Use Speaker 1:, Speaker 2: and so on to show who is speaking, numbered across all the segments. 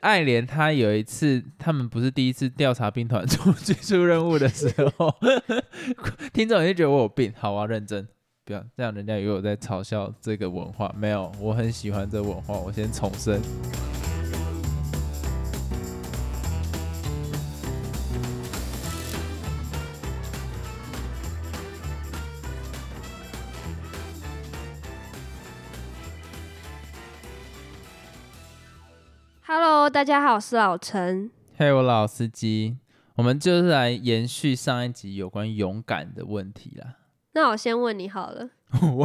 Speaker 1: 爱莲她有一次，他们不是第一次调查兵团 做追溯任务的时候， 听众也就觉得我有病。好，我要认真，不要这样，人家以为我在嘲笑这个文化。没有，我很喜欢这文化。我先重申，
Speaker 2: Hello，大家好，我是老陈。
Speaker 1: 嘿，我老司机，我们就是来延续上一集有关勇敢的问题啦。
Speaker 2: 那我先问你好了，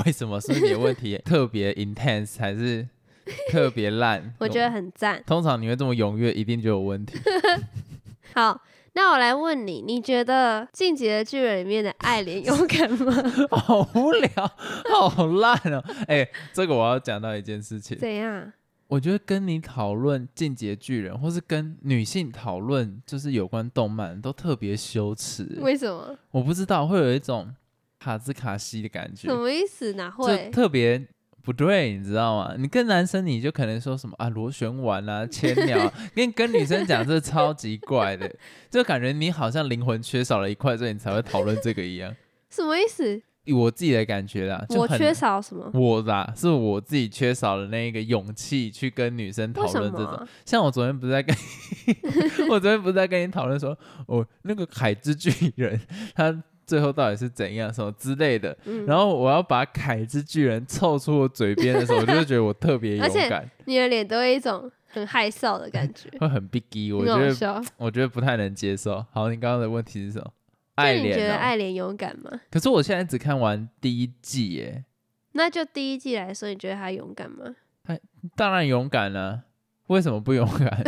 Speaker 1: 为什么是不是你的问题特别 intense 还是特别烂
Speaker 2: ？我觉得很赞。
Speaker 1: 通常你会这么踊跃，一定就有问题。
Speaker 2: 好，那我来问你，你觉得《进击的巨人》里面的爱莲勇敢吗？
Speaker 1: 好无聊，好烂哦！ 哎、这个我要讲到一件事情，
Speaker 2: 怎样？
Speaker 1: 我觉得跟你讨论《进击的巨人》，或是跟女性讨论就是有关动漫，都特别羞耻。
Speaker 2: 为什么？
Speaker 1: 我不知道会有一种卡兹卡西的感觉
Speaker 2: 什，么意思？哪
Speaker 1: 就
Speaker 2: 会？
Speaker 1: 特别不对，你知道吗？你跟男生你就可能说什么啊螺旋丸啊、千鸟 啊，跟跟女生讲这超级怪的，就感觉你好像灵魂缺少了一块，所以你才会讨论这个一样。
Speaker 2: 什么意思？
Speaker 1: 我自己的感觉啦，就
Speaker 2: 我
Speaker 1: 很
Speaker 2: 缺少什么？
Speaker 1: 我啦，是我自己缺少了那个勇气去跟女生讨
Speaker 2: 为什
Speaker 1: 论这
Speaker 2: 么
Speaker 1: 种。
Speaker 2: 啊？
Speaker 1: 像我昨天不是在跟，我昨天不是在跟你讨 论说，哦，那个凯之巨人他最后到底是怎样什么之类的。
Speaker 2: 嗯
Speaker 1: 然后我要把凯之巨人凑出我嘴边的时候，我就会觉得我特别
Speaker 2: 而
Speaker 1: 勇
Speaker 2: 且
Speaker 1: 敢，
Speaker 2: 你的脸都会一种很害臊的感觉，
Speaker 1: 会很 big。我
Speaker 2: 很
Speaker 1: 觉
Speaker 2: 好
Speaker 1: 得
Speaker 2: 笑。
Speaker 1: 我觉得不太能接受。好，你刚刚的问题是什么？
Speaker 2: 那
Speaker 1: 爱
Speaker 2: 你觉
Speaker 1: 莲、
Speaker 2: 得
Speaker 1: 哦。
Speaker 2: 爱莲勇敢吗？
Speaker 1: 可是我现在只看完第一季耶，
Speaker 2: 那就第一季来说，你觉得她勇敢吗？
Speaker 1: 当然勇敢了、为什么不勇敢？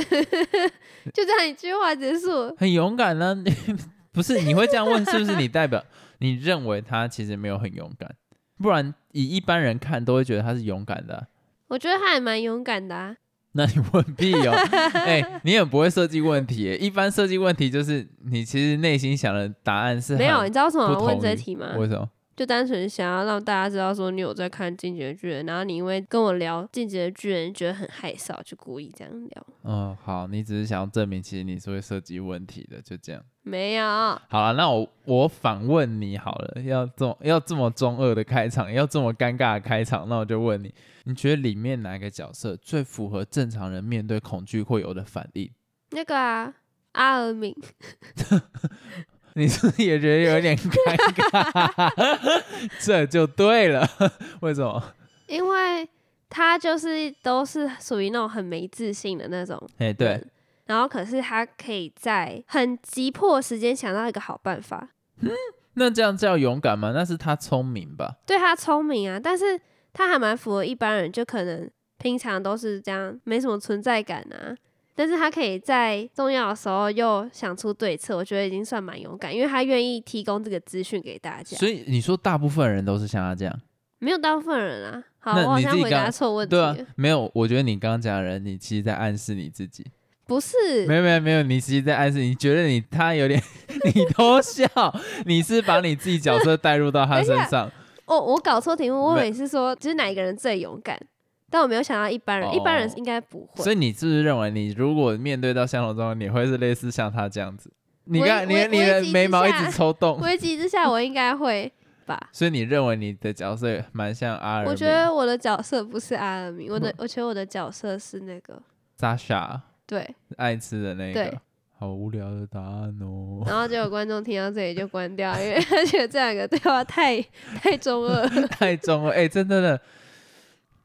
Speaker 2: 就这样一句话结束。
Speaker 1: 很勇敢呢、 不是你会这样问，是不是你代表 你认为他其实没有很勇敢？不然以一般人看都会觉得他是勇敢的啊、
Speaker 2: 我觉得她还蛮勇敢的、啊。
Speaker 1: 那你问屁 哦！哎、你很不会设计问题耶。一般设计问题就是你其实内心想的答案是
Speaker 2: 没有，
Speaker 1: 很
Speaker 2: 你知道为什么
Speaker 1: 不
Speaker 2: 我问
Speaker 1: 同
Speaker 2: 这
Speaker 1: 于
Speaker 2: 题吗？
Speaker 1: 为什么？
Speaker 2: 就单纯想要让大家知道说你有在看《进击的巨人》，然后你因为跟我聊《进击的巨人》觉得很害臊，就故意这样聊。
Speaker 1: 嗯，好，你只是想要证明其实你是会设计问题的，就这样。
Speaker 2: 没有，
Speaker 1: 好了，那我我反问你好了，要这么要这么中二的开场，要这么尴尬的开场，那我就问你，你觉得里面哪个角色最符合正常人面对恐惧会有的反应？
Speaker 2: 那个啊，阿尔敏，
Speaker 1: 你是不是也觉得有点尴尬？ 这就对了， 为什么？
Speaker 2: 因为他就是都是属于那种很没自信的那种，
Speaker 1: 哎、对，
Speaker 2: 然后可是他可以在很急迫的时间想到一个好办法，
Speaker 1: 那这样叫勇敢吗？那是他聪明吧？
Speaker 2: 对他聪明啊，但是他还蛮符合一般人，就可能平常都是这样，没什么存在感啊。但是他可以在重要的时候又想出对策，我觉得已经算蛮勇敢，因为他愿意提供这个资讯给大家。
Speaker 1: 所以你说大部分人都是像他这样，
Speaker 2: 没有大部分人啊，好，
Speaker 1: 那
Speaker 2: 我好
Speaker 1: 你
Speaker 2: 像
Speaker 1: 自己
Speaker 2: 回
Speaker 1: 刚
Speaker 2: 答错问题
Speaker 1: 对
Speaker 2: 了，
Speaker 1: 啊，没有，我觉得你刚刚讲的人，你其实在暗示你自己。
Speaker 2: 不是
Speaker 1: 没有没有没有，你其实在暗示，你觉得你他有点， 你偷笑，你是把你自己角色带入到他身上。
Speaker 2: 哦，我搞错题目，我
Speaker 1: 没
Speaker 2: 以为是说就是哪一个人最勇敢，但我没有想到一般人，一般人
Speaker 1: 哦
Speaker 2: 应该不会。
Speaker 1: 所以你是不是认为，你如果面对到相同状况，你会是类似像他这样子？你
Speaker 2: 我
Speaker 1: 看，你
Speaker 2: 一我一
Speaker 1: 你
Speaker 2: 我
Speaker 1: 的
Speaker 2: 一急
Speaker 1: 眉
Speaker 2: 之
Speaker 1: 毛一
Speaker 2: 下
Speaker 1: 直抽动，
Speaker 2: 危机之下，我应该会吧？
Speaker 1: 所以你认为你的角色蛮像阿尔敏？
Speaker 2: 我觉得我的角色不是阿尔米，我的我觉得我的角色是那个
Speaker 1: 莎莎
Speaker 2: 对，
Speaker 1: 啊爱吃的那
Speaker 2: 对
Speaker 1: 个，好无聊的答案哦。
Speaker 2: 然后结果观众听到这里就关掉，因为他觉得这两个对话太太中二了。
Speaker 1: 太中了，哎、真的的，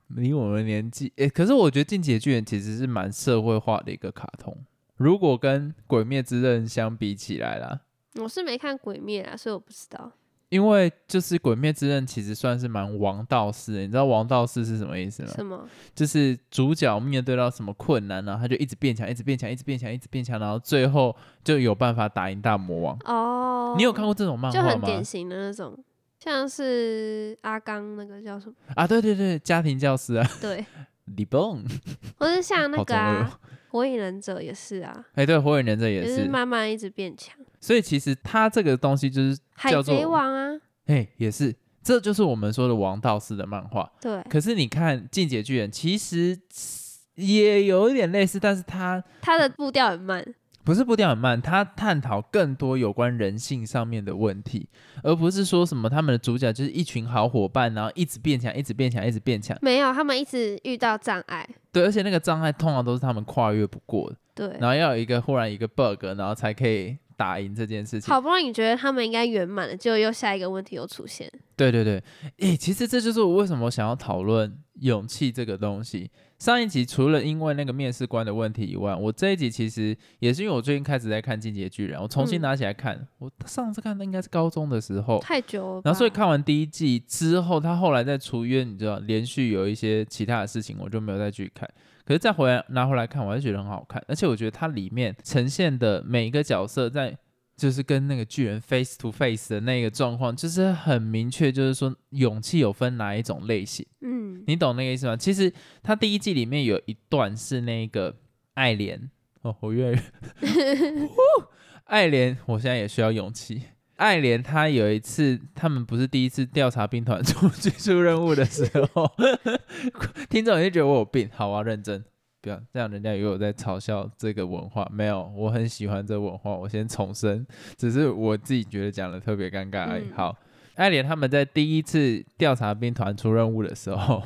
Speaker 1: 离我们年纪，哎、可是我觉得《进击的巨人》其实是蛮社会化的一个卡通，如果跟《鬼灭之刃》相比起来啦，
Speaker 2: 我是没看《鬼灭》啊，所以我不知道。
Speaker 1: 因为就是《鬼灭之刃》其实算是蛮王道式的，你知道王道式是什么意思吗？
Speaker 2: 什么？
Speaker 1: 就是主角面对到什么困难啊然后他就一直变强，一直变强，一直变强，一直变强，然后最后就有办法打赢大魔王。
Speaker 2: 哦，
Speaker 1: 你有看过这种漫
Speaker 2: 就
Speaker 1: 画
Speaker 2: 很
Speaker 1: 吗
Speaker 2: 典？型的那种，像是阿刚那个叫什么？
Speaker 1: 啊，对对对，家庭教师啊，
Speaker 2: 对，
Speaker 1: 李蹦，
Speaker 2: 或是像那
Speaker 1: 好
Speaker 2: 个
Speaker 1: 中二、哦
Speaker 2: 啊，《火影忍者》也是啊，
Speaker 1: 哎、对，火影忍者也
Speaker 2: 就是
Speaker 1: 是，
Speaker 2: 慢慢一直变强。
Speaker 1: 所以其实它这个东西就是
Speaker 2: 海
Speaker 1: 叫做
Speaker 2: 贼王啊，
Speaker 1: 哎，也是，这就是我们说的王道式的漫画。
Speaker 2: 对，
Speaker 1: 可是你看《进击的巨人》，其实也有一点类似，但是他
Speaker 2: 他的步调很慢，
Speaker 1: 不是步调很慢，他探讨更多有关人性上面的问题，而不是说什么他们的主角就是一群好伙伴，然后一直变强，一直变强，一直变强。
Speaker 2: 没有，他们一直遇到障碍。
Speaker 1: 对，而且那个障碍通常都是他们跨越不过的，
Speaker 2: 对，
Speaker 1: 然后要有一个忽然一个 bug，然后才可以打赢这件事情。
Speaker 2: 好不容易你觉得他们应该圆满了，结果又下一个问题又出现。
Speaker 1: 对对对，诶，其实这就是我为什么想要讨论勇气这个东西。上一集除了因为那个面试官的问题以外，我这一集其实也是因为我最近开始在看《进阶巨人》，我重新
Speaker 2: 嗯
Speaker 1: 拿起来看。我上次看的应该是高中的时候，
Speaker 2: 太久了吧。
Speaker 1: 然后所以看完第一季之后，他后来再出，因为你知道连续有一些其他的事情，我就没有再去看。可是再回来拿回来看，我还是觉得很好看，而且我觉得它里面呈现的每一个角色在。就是跟那个巨人 face to face 的那个状况，就是很明确，就是说勇气有分哪一种类型，
Speaker 2: 嗯，
Speaker 1: 你懂那个意思吗？其实他第一季里面有一段是那个爱莲哦，我越来越 呼爱莲，我现在也需要勇气。爱莲她有一次，他们不是第一次调查兵团 出追溯任务的时候，听众也觉得我有病，好，我要认真，不要这样，人家以为我在嘲笑这个文化。没有，我很喜欢这文化，我先重申，只是我自己觉得讲的特别尴尬而已。
Speaker 2: 嗯
Speaker 1: 好，爱莲他们在第一次调查兵团出任务的时候，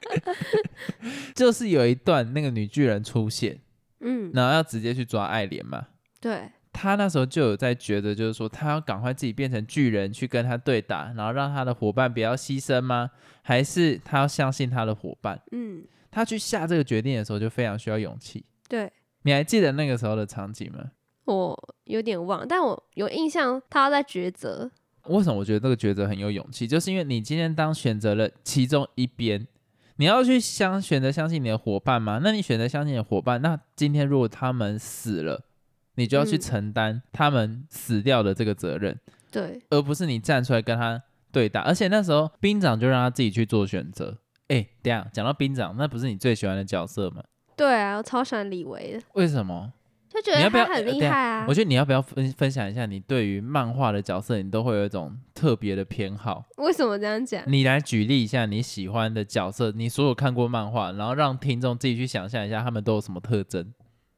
Speaker 1: 就是有一段那个女巨人出现，
Speaker 2: 嗯，
Speaker 1: 然后要直接去抓爱莲嘛。
Speaker 2: 对，
Speaker 1: 他那时候就有在觉得，就是说他要赶快自己变成巨人去跟他对打，然后让他的伙伴不要牺牲吗？还是他要相信他的伙伴？
Speaker 2: 嗯，
Speaker 1: 他去下这个决定的时候就非常需要勇气。
Speaker 2: 对
Speaker 1: 你还记得那个时候的场景吗？
Speaker 2: 我有点忘，但我有印象，他要在抉择。
Speaker 1: 为什么我觉得这个抉择很有勇气？就是因为你今天当选择了其中一边，你要去相选择相信你的伙伴嘛？那你选择相信你的伙伴，那今天如果他们死了，你就要去
Speaker 2: 嗯
Speaker 1: 承担他们死掉的这个责任，
Speaker 2: 对，
Speaker 1: 而不是你站出来跟他对打。而且那时候兵长就让他自己去做选择。哎，等一下讲到兵长，那不是你最喜欢的角色吗？
Speaker 2: 对啊，我超喜欢李维的，
Speaker 1: 为什么？
Speaker 2: 就觉
Speaker 1: 你
Speaker 2: 得
Speaker 1: 要不要
Speaker 2: 他很
Speaker 1: 呃
Speaker 2: 厉
Speaker 1: 等一下
Speaker 2: 害啊
Speaker 1: 我。觉得你要不要分分享一下你对于漫画的角色，你都会有一种特别的偏好？
Speaker 2: 为什么这样讲？
Speaker 1: 你来举例一下你喜欢的角色，你所有看过漫画，然后让听众自己去想象一下他们都有什么特征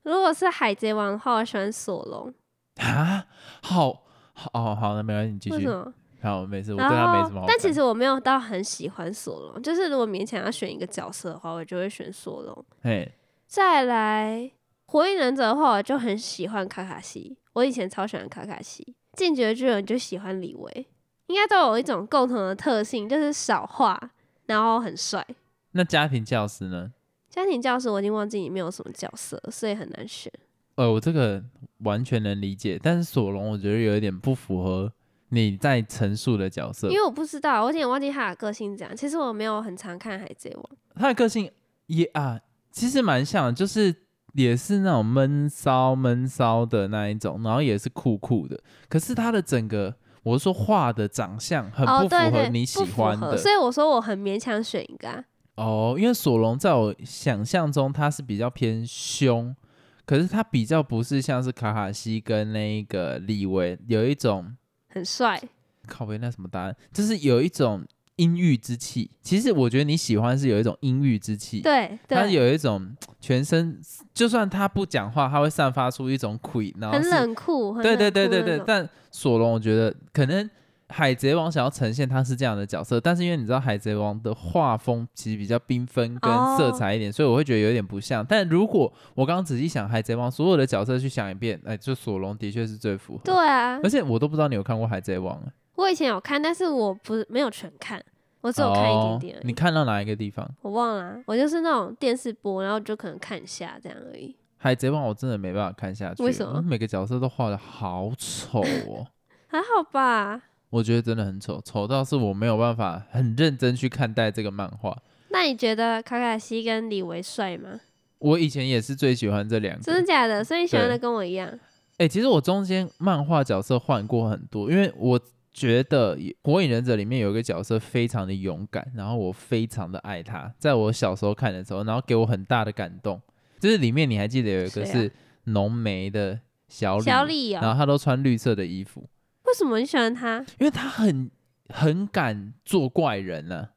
Speaker 2: 如果是海贼王的话，我喜欢索隆。
Speaker 1: 啊？好，好，哦，好，那没关系，你继
Speaker 2: 为
Speaker 1: 续
Speaker 2: 什。么？
Speaker 1: 好，没事，我对
Speaker 2: 然
Speaker 1: 他没
Speaker 2: 后，
Speaker 1: 什么好感。
Speaker 2: 但其实我没有到很喜欢索隆，就是如果勉强要选一个角色的话，我就会选索隆。
Speaker 1: 嘿，
Speaker 2: 再来，火影忍者的话，我就很喜欢卡卡西，我以前超喜欢卡卡西。进击的巨人就喜欢李维，应该都有一种共同的特性，就是少话，然后很帅。
Speaker 1: 那家庭教师呢？
Speaker 2: 家庭教师我已经忘记里面有什么角色，所以很难选。
Speaker 1: 呃，我这个完全能理解，但是索隆我觉得有一点不符合你在陈述的角色
Speaker 2: 因，为我不知道，我有点忘记他的个性怎样。其实我没有很常看《海贼王》，
Speaker 1: 他的个性也啊，其实蛮像的，就是也是那种闷骚闷骚的那一种，然后也是酷酷的。可是他的整个，我是说画的长相很
Speaker 2: 哦，
Speaker 1: 不
Speaker 2: 对
Speaker 1: 符合
Speaker 2: 对，
Speaker 1: 你喜
Speaker 2: 不符
Speaker 1: 欢的
Speaker 2: 合，所以我说我很勉强选一个、啊。
Speaker 1: 哦因为索隆在我想象中他是比较偏凶，可是他比较不是像是卡卡西跟那个李维有一种
Speaker 2: 很帅，
Speaker 1: 靠背那什么答案，就是有一种阴郁之气。其实我觉得你喜欢是有一种阴郁之气，
Speaker 2: 对
Speaker 1: 他
Speaker 2: 对，
Speaker 1: 有一种全身，就算他不讲话，他会散发出一种鬼，然后
Speaker 2: 很
Speaker 1: 是，
Speaker 2: 冷酷，很
Speaker 1: 对对
Speaker 2: 冷
Speaker 1: 对
Speaker 2: 酷
Speaker 1: 对
Speaker 2: 那
Speaker 1: 对
Speaker 2: 种。
Speaker 1: 但索隆，我觉得可能海贼王想要呈现他是这样的角色，但是因为你知道海贼王的画风其实比较缤纷跟
Speaker 2: 哦
Speaker 1: 色彩一点，所以我会觉得有点不像。但如果我刚刚仔细想海贼王所有的角色去想一遍，哎，就索隆的确是最符合。
Speaker 2: 对啊
Speaker 1: 而，且我都不知道你有看过海贼王，啊
Speaker 2: 我以前有看，但是我不是没有全看，我只有看一点点
Speaker 1: 哦
Speaker 2: 而已。
Speaker 1: 你看到哪一个地方？
Speaker 2: 我忘了啊、我就是那种电视播，然后就可能看一下这样而已。
Speaker 1: 海贼王我真的没办法看下去，
Speaker 2: 为什么
Speaker 1: 每个角色都画的好丑哦。
Speaker 2: 还好吧？
Speaker 1: 我觉得真的很丑，丑到是我没有办法很认真去看待这个漫画。
Speaker 2: 那你觉得卡卡西跟李维帅吗？
Speaker 1: 我以前也是最喜欢这两个，
Speaker 2: 真的假的？所以你喜欢
Speaker 1: 对
Speaker 2: 的跟我一样。
Speaker 1: 哎、其实我中间漫画角色换过很多，因为我觉得《火影忍者》里面有一个角色非常的勇敢，然后我非常的爱他，在我小时候看的时候，然后给我很大的感动。就是里面你还记得有一个
Speaker 2: 谁啊
Speaker 1: 是浓眉的小李，
Speaker 2: 小李
Speaker 1: 然
Speaker 2: 哦，
Speaker 1: 后他都穿绿色的衣服，
Speaker 2: 为什么你喜欢他？
Speaker 1: 因为他很很敢做怪人呢、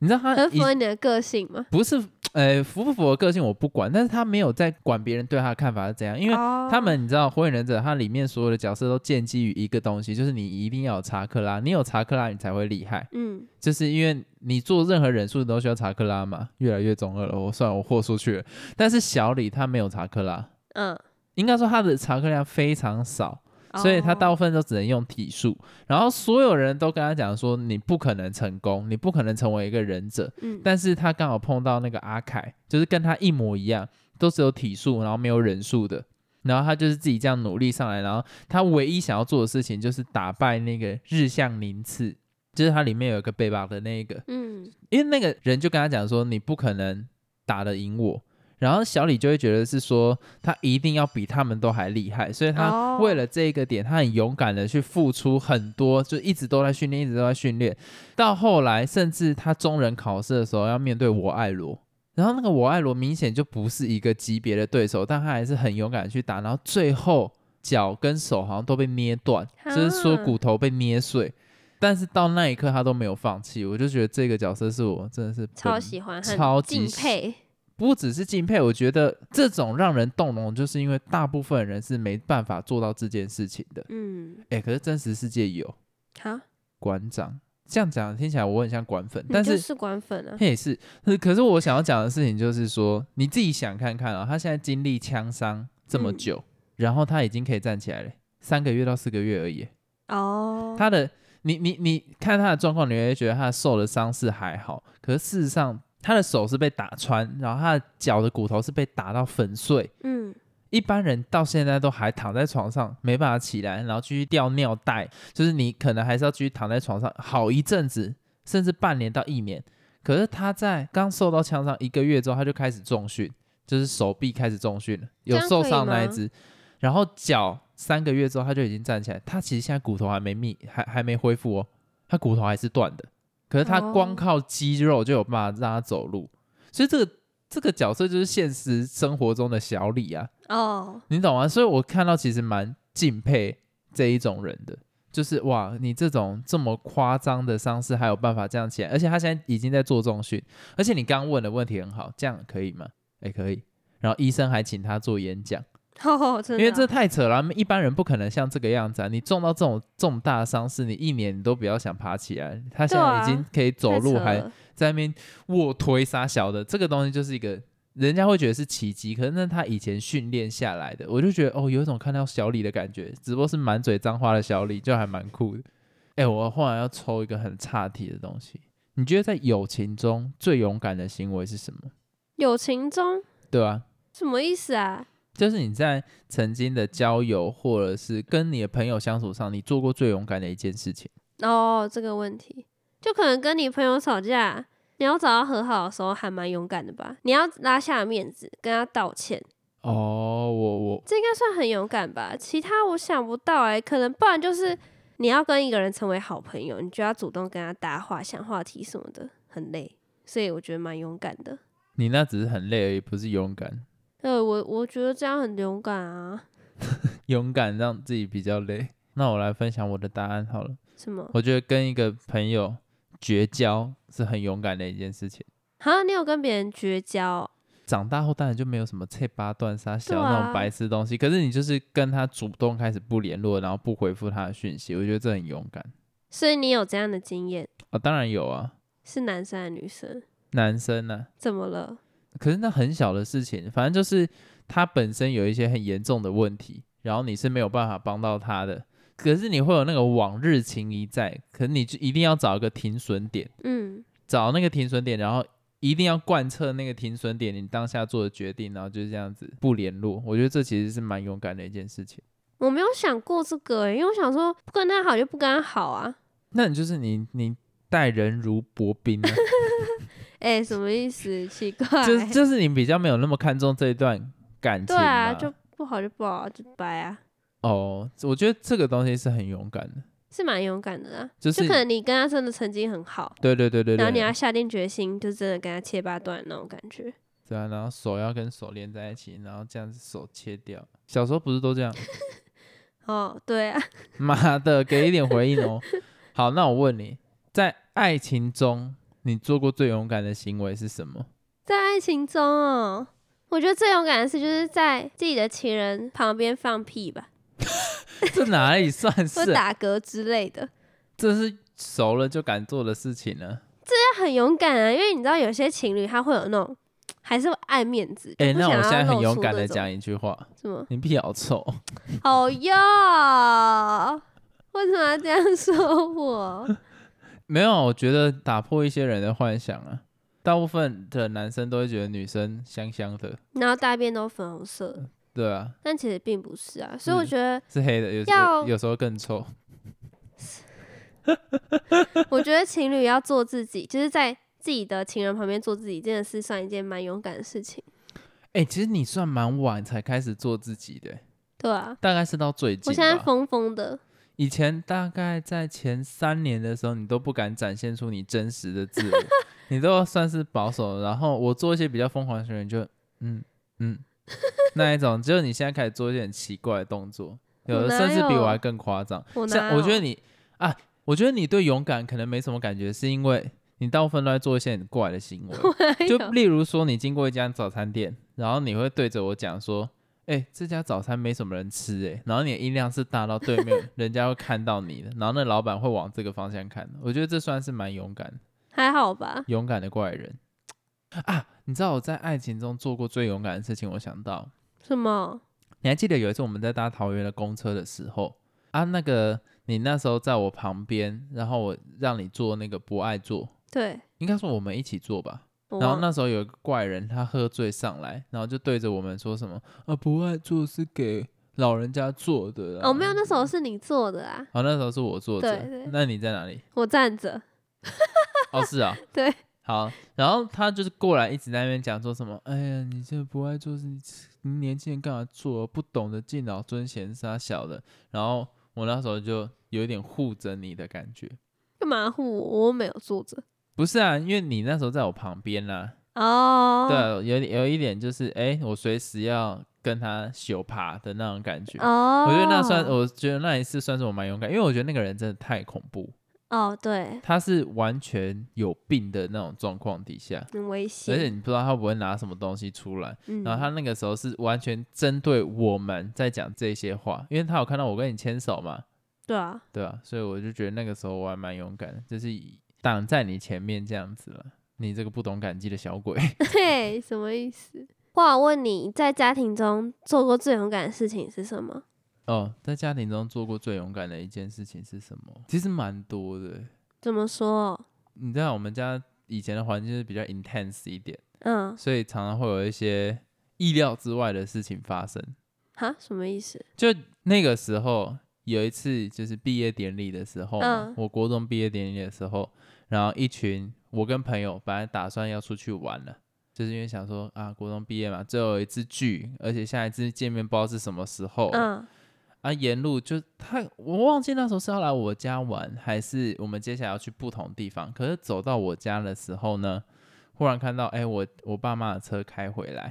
Speaker 1: 你知道他
Speaker 2: 很
Speaker 1: 以
Speaker 2: 符合你的个性吗？
Speaker 1: 不是呃，符不符合个性我不管，但是他没有在管别人对他的看法是怎样，因为他
Speaker 2: 他
Speaker 1: 们你知道《火影忍者》它里面所有的角色都建基于一个东西，就是你一定要有查克拉，你有查克拉你才会厉害，
Speaker 2: 嗯，
Speaker 1: 就是因为你做任何忍术你都需要查克拉嘛。越来越中二了，我算我豁出去了。但是小李他没有查克拉，
Speaker 2: 嗯，
Speaker 1: 应该说他的查克量非常少，
Speaker 2: 哦
Speaker 1: 所以他大部
Speaker 2: 到
Speaker 1: 分都只能用体术。然后所有人都跟他讲说，你不可能成功，你不可能成为一个忍者。
Speaker 2: 嗯，
Speaker 1: 但是他刚好碰到那个阿凯，就是跟他一模一样，都只有体术，然后没有忍术的。然后他就是自己这样努力上来，然后他唯一想要做的事情就是打败那个日向宁次，就是它里面有一个背包的那一个，
Speaker 2: 嗯
Speaker 1: 因为那个人就跟他讲说，你不可能打得赢我。然后小李就会觉得是说他一定要比他们都还厉害，所以他
Speaker 2: 哦
Speaker 1: 为了这个点，他很勇敢的去付出很多，就一直都在训练，一直都在训练。到后来，甚至他中忍考试的时候要面对我爱罗，然后那个我爱罗明显就不是一个级别的对手，但他还是很勇敢地去打，然后最后脚跟手好像都被捏断，就是说
Speaker 2: 啊
Speaker 1: 骨头被捏碎。但是到那一刻，他都没有放弃，我就觉得这个角色是我真的是
Speaker 2: 超
Speaker 1: 本
Speaker 2: 喜欢，很
Speaker 1: 超级
Speaker 2: 敬佩，
Speaker 1: 不只是敬佩，我觉得这种让人动容，就是因为大部分人是没办法做到这件事情的。
Speaker 2: 嗯，
Speaker 1: 哎，可是真实世界有
Speaker 2: 好，
Speaker 1: 馆长这样讲，听起来我很像馆粉，
Speaker 2: 你
Speaker 1: 但
Speaker 2: 就是是管粉啊，
Speaker 1: 他也是，可是可是我想要讲的事情就是说，你自己想看看啊，他现在经历枪伤这么
Speaker 2: 嗯
Speaker 1: 久，然后他已经可以站起来了，三个月到四个月而已。
Speaker 2: 哦，
Speaker 1: 他的你你你看他的状况，你会觉得他受的伤势还好，可是事实上他的手是被打穿，然后他的脚的骨头是被打到粉碎。
Speaker 2: 嗯，
Speaker 1: 一般人到现在都还躺在床上，没办法起来，然后继续吊尿袋，就是你可能还是要继续躺在床上好一阵子，甚至半年到一年。可是他在刚受到枪伤一个月之后，他就开始重训，就是手臂开始重训了，有
Speaker 2: 这样
Speaker 1: 受
Speaker 2: 可以
Speaker 1: 伤那一
Speaker 2: 吗
Speaker 1: 只，然后脚三个月之后他就已经站起来，他其实现在骨头还没密，还还没恢复哦，他骨头还是断的，可是他光
Speaker 2: 哦
Speaker 1: 靠肌肉就有办法让他走路，所以这个这个角色就是现实生活中的小李啊，
Speaker 2: 哦，
Speaker 1: 你懂吗？所以我看到其实蛮敬佩这一种人的，就是哇，你这种这么夸张的伤势还有办法这样起来，而且他现在已经在做重训，而且你刚问的问题很好，这样可以吗？哎，可以。然后医生还请他做演讲，
Speaker 2: 哦，真
Speaker 1: 因
Speaker 2: 的
Speaker 1: 为
Speaker 2: 啊，
Speaker 1: 这太扯了，一般人不可能像这个样子啊！你中到这种这么大的伤势，你一年你都不要想爬起来。他现在已
Speaker 2: 对
Speaker 1: 经
Speaker 2: 啊
Speaker 1: 可以走
Speaker 2: 太
Speaker 1: 路，
Speaker 2: 扯
Speaker 1: 还
Speaker 2: 了
Speaker 1: 在那边卧推杀小的，这个东西就是一个人家会觉得是奇迹，可是那他以前训练下来的，我就觉得哦，有一种看到小李的感觉，只不过是满嘴脏话的小李，就还蛮酷的。哎，我后来要抽一个很岔题的东西，你觉得在友情中最勇敢的行为是什么？
Speaker 2: 友情中
Speaker 1: 对啊，
Speaker 2: 什么意思啊？
Speaker 1: 就是你在曾经的交友或者是跟你的朋友相处上，你做过最勇敢的一件事情。
Speaker 2: 哦，这个问题，就可能跟你朋友吵架，你要找到和好的时候还蛮勇敢的吧？你要拉下面子跟他道歉，
Speaker 1: 哦，我我
Speaker 2: 这应该算很勇敢吧？其他我想不到哎、可能不然就是你要跟一个人成为好朋友，你就要主动跟他搭话、想话题什么的，很累，所以我觉得蛮勇敢的。
Speaker 1: 你那只是很累而已，不是勇敢。
Speaker 2: 呃，我我觉得这样很勇敢啊。
Speaker 1: 勇敢让自己比较累。 那我来分享我的答案好了。
Speaker 2: 什么？
Speaker 1: 我觉得跟一个朋友绝交是很勇敢的一件事情。
Speaker 2: 哈，你有跟别人绝交？
Speaker 1: 长大后当然就没有什么切八段杀小
Speaker 2: 对啊
Speaker 1: 那种白痴东西，可是你就是跟他主动开始不联络，然后不回复他的讯息，我觉得这很勇敢
Speaker 2: 所以你有这样的经验？
Speaker 1: 啊、当然有啊，
Speaker 2: 是男生还是女生？
Speaker 1: 男生呢、
Speaker 2: 怎么了？
Speaker 1: 可是那很小的事情，反正就是他本身有一些很严重的问题，然后你是没有办法帮到他的。可是你会有那个往日情谊在，可是你就一定要找一个停损点，
Speaker 2: 嗯，
Speaker 1: 找那个停损点，然后一定要贯彻那个停损点，你当下做的决定，然后就是这样子不联络。我觉得这其实是蛮勇敢的一件事情。
Speaker 2: 我没有想过这个、欸，因为我想说不跟他好就不跟他好啊。
Speaker 1: 那你就是你你待人如薄冰、啊，
Speaker 2: 哎、什么意思？奇怪，
Speaker 1: 就是就是你比较没有那么看重这一段感情
Speaker 2: 对
Speaker 1: 嘛。
Speaker 2: 啊，就不好就不好啊，就掰啊，
Speaker 1: 哦，我觉得这个东西是很勇敢的，
Speaker 2: 是蛮勇敢的啊。
Speaker 1: 就是
Speaker 2: 就可能你跟他真的成绩很好，
Speaker 1: 对对对对对，
Speaker 2: 然后你要下定决心，就真的跟他切八段那种感觉。
Speaker 1: 对啊，然后手要跟手连在一起，然后这样子手切掉。小时候不是都这样？
Speaker 2: 哦，对啊，
Speaker 1: 妈的，给一点回应哦。好， 那我问你，在爱情中，你做过最勇敢的行为是什么？
Speaker 2: 在爱情中哦，我觉得最勇敢的事就是在自己的情人旁边放屁吧，
Speaker 1: 这哪里算
Speaker 2: 或
Speaker 1: 是啊？
Speaker 2: 打嗝之类的，
Speaker 1: 这是熟了就敢做的事情呢。
Speaker 2: 这很勇敢啊。因为你知道有些情侣他会有那种还是会爱面子，
Speaker 1: 哎、
Speaker 2: 就不
Speaker 1: 那
Speaker 2: 想
Speaker 1: 我
Speaker 2: 要
Speaker 1: 现在很
Speaker 2: 露
Speaker 1: 勇
Speaker 2: 出
Speaker 1: 敢
Speaker 2: 那
Speaker 1: 的
Speaker 2: 种
Speaker 1: 讲一句话，
Speaker 2: 什么，
Speaker 1: 你屁好臭，
Speaker 2: 哦哟，为什么要这样说我？
Speaker 1: 没有，我觉得打破一些人的幻想啊。大部分的男生都会觉得女生香香的，
Speaker 2: 然后大便都粉红色的，
Speaker 1: 对啊，
Speaker 2: 但其实并不是啊。所以我
Speaker 1: 嗯
Speaker 2: 觉得，
Speaker 1: 是黑的，有时
Speaker 2: 要
Speaker 1: 候有时候更臭。
Speaker 2: 我觉得情侣要做自己，就是在自己的情人旁边做自己，真的是算一件蛮勇敢的事情，
Speaker 1: 哎、其实你算蛮晚才开始做自己的、
Speaker 2: 对啊。
Speaker 1: 大概是到最
Speaker 2: 我
Speaker 1: 近
Speaker 2: 现在
Speaker 1: 吧。
Speaker 2: 疯疯的，
Speaker 1: 以前大概在前三年的时候，你都不敢展现出你真实的自我，你都算是保守的。然后我做一些比较疯狂的事情，你就嗯嗯那一种。只有你现在开始做一些很奇怪的动作，有
Speaker 2: 我
Speaker 1: 的
Speaker 2: 哪
Speaker 1: 甚至比
Speaker 2: 有
Speaker 1: 我还更夸张。
Speaker 2: 我哪
Speaker 1: 像
Speaker 2: 有？
Speaker 1: 我觉得你啊，我觉得你对勇敢可能没什么感觉，是因为你大部分都在做一些很怪的行为。
Speaker 2: 哪
Speaker 1: 就
Speaker 2: 有
Speaker 1: 例如说，你经过一家早餐店，然后你会对着我讲说：“哎、这家早餐没什么人吃、欸，哎。”然后你的音量是大到对面人家会看到你的，然后那老板会往这个方向看。我觉得这算是蛮勇敢、
Speaker 2: 还好吧。
Speaker 1: 勇敢的怪人啊！你知道我在爱情中做过最勇敢的事情，我想到，
Speaker 2: 什么？
Speaker 1: 你还记得有一次我们在搭桃园的公车的时候啊，那个你那时候在我旁边，然后我让你坐那个不爱坐，
Speaker 2: 对，
Speaker 1: 应该说我们一起坐吧。
Speaker 2: 我
Speaker 1: 然后
Speaker 2: 忘了
Speaker 1: 那时候有一个怪人，他喝醉上来，然后就对着我们说什么啊，不爱坐是给老人家坐的啦。
Speaker 2: 哦，没有，那时候是你做的啊，
Speaker 1: 哦，那时候是我坐着
Speaker 2: 对对，
Speaker 1: 那你在哪里？
Speaker 2: 我站着。
Speaker 1: 哦，是啊，
Speaker 2: 对，
Speaker 1: 好，然后他就是过来一直在那边讲说什么，哎呀，你这不爱做事，你你年轻人干嘛做？不懂得敬老尊贤是他小的。然后我那时候就有一点护着你的感觉，
Speaker 2: 干嘛护我？我没有坐着。
Speaker 1: 不是啊，因为你那时候在我旁边啊啦、
Speaker 2: 哦，
Speaker 1: 对啊，有一点有一点就是，哎，我随时要跟他朽爬的那种感觉。
Speaker 2: 哦，
Speaker 1: 啊我觉得那算，我觉得那一次算是我蛮勇敢，因为我觉得那个人真的太恐怖，
Speaker 2: 哦，对，
Speaker 1: 他是完全有病的那种状况底下，
Speaker 2: 很危
Speaker 1: 而且
Speaker 2: 险。
Speaker 1: 你不知道他会不会拿什么东西出来。
Speaker 2: 嗯，
Speaker 1: 然后他那个时候是完全针对我们在讲这些话，因为他有看到我跟你牵手嘛，
Speaker 2: 对啊，
Speaker 1: 对吧、所以我就觉得那个时候我还蛮勇敢的，就是挡在你前面这样子了。你这个不懂感激的小鬼，
Speaker 2: 嘿，什么意思？我想问你在家庭中做过最勇敢的事情是什么？
Speaker 1: 哦，在家庭中做过最勇敢的一件事情是什么？其实蛮多的欸，
Speaker 2: 怎么说？
Speaker 1: 你知道我们家以前的环境是比较 intense 一点，
Speaker 2: 嗯，
Speaker 1: 所以常常会有一些意料之外的事情发生。
Speaker 2: 哈，什么意思？
Speaker 1: 就那个时候有一次就是毕业典礼的时候嘛，
Speaker 2: 嗯
Speaker 1: 我国中毕业典礼的时候，然后一群我跟朋友本来打算要出去玩了。就是因为想说啊，国中毕业嘛，最后有一次聚，而且下一次见面不知道是什么时候。
Speaker 2: 嗯，
Speaker 1: 啊，沿路就他，我忘记那时候是要来我家玩，还是我们接下来要去不同地方。可是走到我家的时候呢，忽然看到，哎、我我爸妈的车开回来，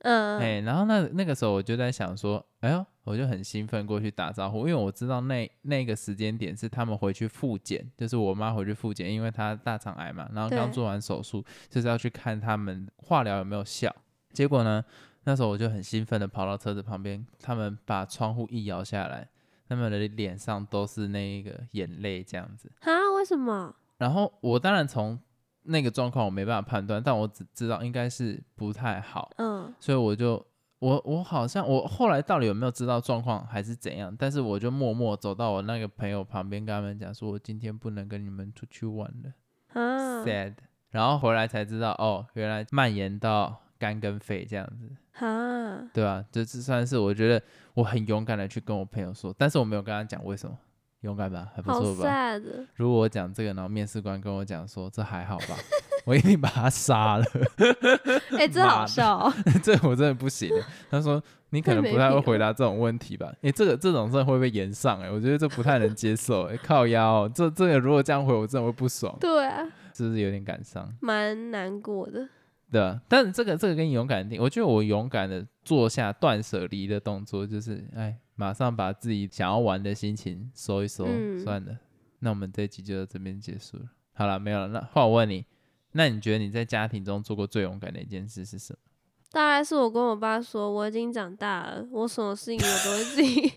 Speaker 1: 哎、
Speaker 2: 嗯，
Speaker 1: 然后那那个时候我就在想说，哎呦，我就很兴奋过去打招呼，因为我知道那那个时间点是他们回去复检，就是我妈回去复检，因为她大肠癌嘛，然后刚
Speaker 2: 对
Speaker 1: 做完手术，就是要去看他们化疗有没有效。结果呢，那时候我就很兴奋的跑到车子旁边，他们把窗户一摇下来，他们的脸上都是那个眼泪这样子。
Speaker 2: 哈，为什么？
Speaker 1: 然后我当然从那个状况我没办法判断，但我只知道应该是不太好。
Speaker 2: 嗯，
Speaker 1: 所以我就我我好像我后来到底有没有知道状况还是怎样，但是我就默默走到我那个朋友旁边，跟他们讲说，我今天不能跟你们出去玩了、
Speaker 2: 啊
Speaker 1: s，a d 然后回来才知道，哦，原来蔓延到肝跟肺这样子，
Speaker 2: 哈，
Speaker 1: 对吧、这这算是我觉得我很勇敢的去跟我朋友说，但是我没有跟他讲为什么，勇敢吧，还不
Speaker 2: 好
Speaker 1: 错吧。
Speaker 2: sad，
Speaker 1: 如果我讲这个，然后面试官跟我讲说这还好吧，我一定把他杀了。
Speaker 2: 哎，真
Speaker 1: 妈
Speaker 2: 好
Speaker 1: 的
Speaker 2: 笑哦。
Speaker 1: 这我真的不行欸。他说你可
Speaker 2: 太
Speaker 1: 能
Speaker 2: 没
Speaker 1: 不太
Speaker 2: 品
Speaker 1: 会
Speaker 2: 了
Speaker 1: 回答这种问题吧？诶、这个这种真的会被延上欸诶、我觉得这不太能接受诶、靠腰哦、这这个如果这样回我真的会不爽，
Speaker 2: 对啊，
Speaker 1: 是不是有点感伤？
Speaker 2: 蛮难过的。
Speaker 1: 对啊，但这个这个跟勇敢定，我觉得我勇敢的做下断舍离的动作，就是哎，马上把自己想要玩的心情收一收，
Speaker 2: 嗯
Speaker 1: 算了。那我们这一集就到这边结束了。好了，没有了。那换我问你，那你觉得你在家庭中做过最勇敢的一件事是什么？
Speaker 2: 大概是我跟我爸说我已经长大了，我什么事情我都会自己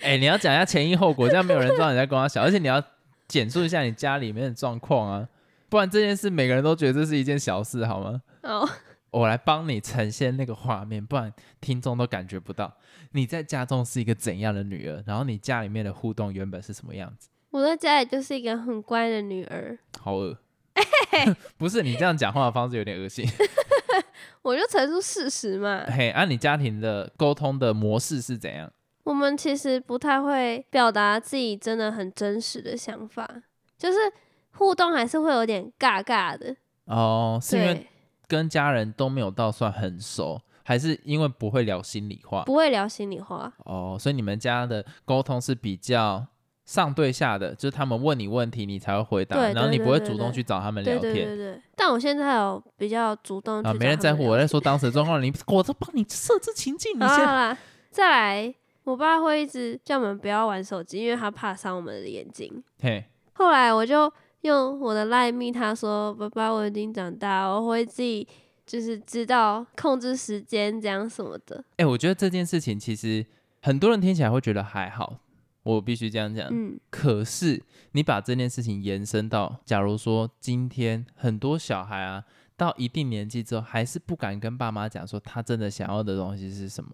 Speaker 1: 哎、你要讲一下前因后果，这样没有人知道你在跟他小，而且你要简述一下你家里面的状况啊，不然这件事每个人都觉得这是一件小事，好吗？
Speaker 2: 哦。
Speaker 1: 我来帮你呈现那个画面，不然听众都感觉不到你在家中是一个怎样的女儿，然后你家里面的互动原本是什么样子。
Speaker 2: 我在家里就是一个很乖的女儿，
Speaker 1: 好恶， 不是你这样讲话的方式有点恶心。
Speaker 2: 我就陈述事实嘛。
Speaker 1: 嘿，啊，你家庭的沟通的模式是怎样？
Speaker 2: 我们其实不太会表达自己真的很真实的想法，就是互动还是会有点尬尬的。
Speaker 1: 哦，是因为
Speaker 2: 对，
Speaker 1: 跟家人都没有到算很熟，还是因为不会聊心里话？
Speaker 2: 不会聊心里话。
Speaker 1: 哦，所以你们家的沟通是比较上对下的，就是他们问你问题，你才会回答，
Speaker 2: 对
Speaker 1: 然后
Speaker 2: 对
Speaker 1: 你
Speaker 2: 对
Speaker 1: 不会
Speaker 2: 对
Speaker 1: 主动
Speaker 2: 对
Speaker 1: 去找他们
Speaker 2: 对
Speaker 1: 聊
Speaker 2: 对对
Speaker 1: 天。
Speaker 2: 对，但我现在有比较主动去
Speaker 1: 啊，
Speaker 2: 找
Speaker 1: 没人
Speaker 2: 他
Speaker 1: 在
Speaker 2: 们
Speaker 1: 乎。
Speaker 2: 聊
Speaker 1: 我在说当时的状况，你我都帮你设置情 境，你
Speaker 2: 好啦
Speaker 1: 先
Speaker 2: 好啦，再来，我爸会一直叫我们不要玩手机，因为他怕伤我们的眼睛。
Speaker 1: 嘿，
Speaker 2: 后来我就用我的赖密他说：“爸爸，我已经长大，我会自己就是知道控制时间这样什么的。
Speaker 1: 哎、我觉得这件事情其实很多人听起来会觉得还好，我必须这样讲。
Speaker 2: 嗯”
Speaker 1: 可是你把这件事情延伸到，假如说今天很多小孩啊，到一定年纪之后，还是不敢跟爸妈讲说他真的想要的东西是什么。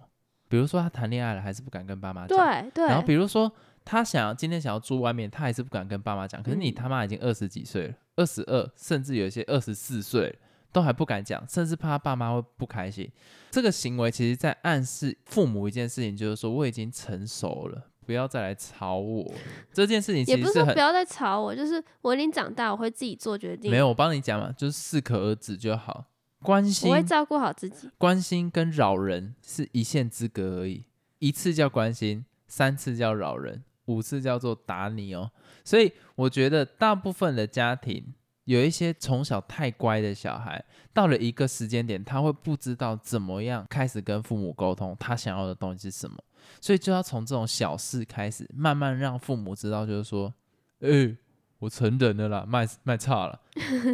Speaker 1: 比如说他谈恋爱了，还是不敢跟爸妈讲。
Speaker 2: 对啊对
Speaker 1: 啊然后比如说他想要今天想要住外面，他还是不敢跟爸妈讲。可是你
Speaker 2: 嗯
Speaker 1: 他妈已经二十几岁了，二十二，甚至有一些二十四岁了都还不敢讲，甚至怕他爸妈会不开心。这个行为其实在暗示父母一件事情，就是说我已经成熟了，不要再来吵我了。这件事情
Speaker 2: 也
Speaker 1: 其实
Speaker 2: 不是说
Speaker 1: 很
Speaker 2: 不要再吵我，就是我已经长大，我会自己做决定，
Speaker 1: 没有，我帮你讲嘛，就是适可而止就好。关心
Speaker 2: 我会照顾好自己。
Speaker 1: 关心跟扰人是一线之隔而已，一次叫关心，三次叫扰人，五次叫做打你哦。所以我觉得大部分的家庭有一些从小太乖的小孩，到了一个时间点，他会不知道怎么样开始跟父母沟通他想要的东西是什么，所以就要从这种小事开始，慢慢让父母知道，就是说，诶，我成人了啦，卖卖差了，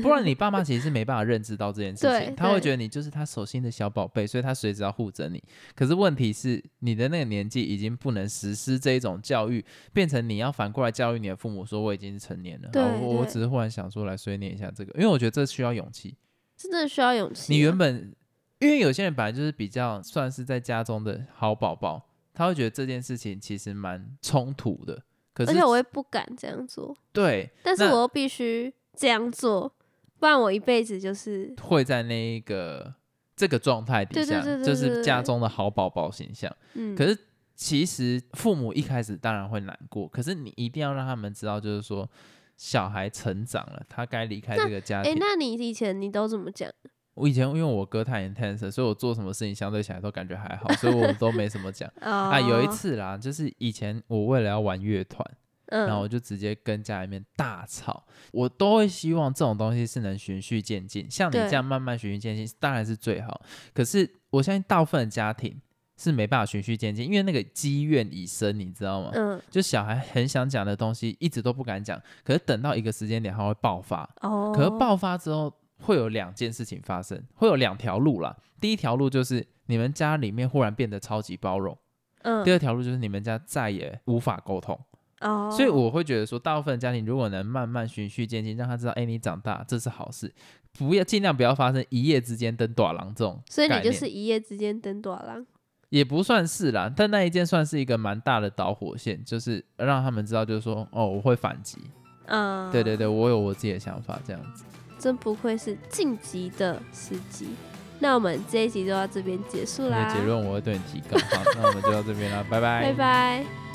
Speaker 1: 不然你爸妈其实是没办法认知到这件事
Speaker 2: 对
Speaker 1: 情，他会
Speaker 2: 对
Speaker 1: 觉得你就是他手心的小宝贝，所以他随时要护着你。可是问题是，你的那个年纪已经不能实施这一种教育，变成你要反过来教育你的父母，说我已经成年了，
Speaker 2: 对
Speaker 1: 好我我
Speaker 2: 对
Speaker 1: 只是忽然想说来碎念一下这个，因为我觉得这需要勇气。
Speaker 2: 是真的需要勇气啊、
Speaker 1: 你原本因为有些人本来就是比较算是在家中的好宝宝，他会觉得这件事情其实蛮冲突的。可是
Speaker 2: 而且我会不敢这样做，
Speaker 1: 对，
Speaker 2: 但是
Speaker 1: 那
Speaker 2: 我又必须这样做，不然我一辈子就是
Speaker 1: 会在那一个这个状态底
Speaker 2: 对对
Speaker 1: 下，
Speaker 2: 对对
Speaker 1: 就
Speaker 2: 对
Speaker 1: 是
Speaker 2: 对
Speaker 1: 家
Speaker 2: 对
Speaker 1: 中的好宝宝形象。
Speaker 2: 嗯，
Speaker 1: 可是其实父母一开始当然会难过，可是你一定要让他们知道，就是说小孩成长了，他该离开这个家
Speaker 2: 哎、
Speaker 1: 庭。
Speaker 2: 那你以前你都怎么讲？
Speaker 1: 我以前因为我哥太 intense，了所以我做什么事情相对起来都感觉还好，所以我都没什么 讲。
Speaker 2: 啊
Speaker 1: 啊，有一，次啦，就是以前我为了要玩乐团，
Speaker 2: 嗯，
Speaker 1: 然后我就直接跟家里面大吵。我都会希望这种东西是能循序渐进，像你
Speaker 2: 对
Speaker 1: 这样慢慢循序渐进，当然是最好。可是我相信大部分的家庭是没办法循序渐进，因为那个积怨已深，你知道吗？
Speaker 2: 嗯，
Speaker 1: 就小孩很想讲的东西，一直都不敢讲，可是等到一个时间点，他会爆发。
Speaker 2: 哦，
Speaker 1: 可是爆发之后，会有两件事情发生，会有两条路啦。第一条路就是你们家里面忽然变得超级包容。
Speaker 2: 嗯，
Speaker 1: 第二条路就是你们家再也无法沟通，
Speaker 2: 哦，
Speaker 1: 所以我会觉得说，大部分的家庭如果能慢慢循序渐进，让他知道，哎、你长大这是好事，不要尽量不要发生一夜之间登短廊这种
Speaker 2: 所以你
Speaker 1: 概
Speaker 2: 就
Speaker 1: 念
Speaker 2: 是一夜之间登短郎，
Speaker 1: 也不算是啦，但那一件算是一个蛮大的导火线，就是让他们知道，就是说，哦，我会反击，
Speaker 2: 嗯，
Speaker 1: 对对，对，我有我自己的想法，这样子。
Speaker 2: 真不愧是晋级的司机。那我们这一集就到这边结束
Speaker 1: 因为
Speaker 2: 啦，
Speaker 1: 结论我会对你提高，好，那我们就到这边啦，拜拜，
Speaker 2: 拜拜。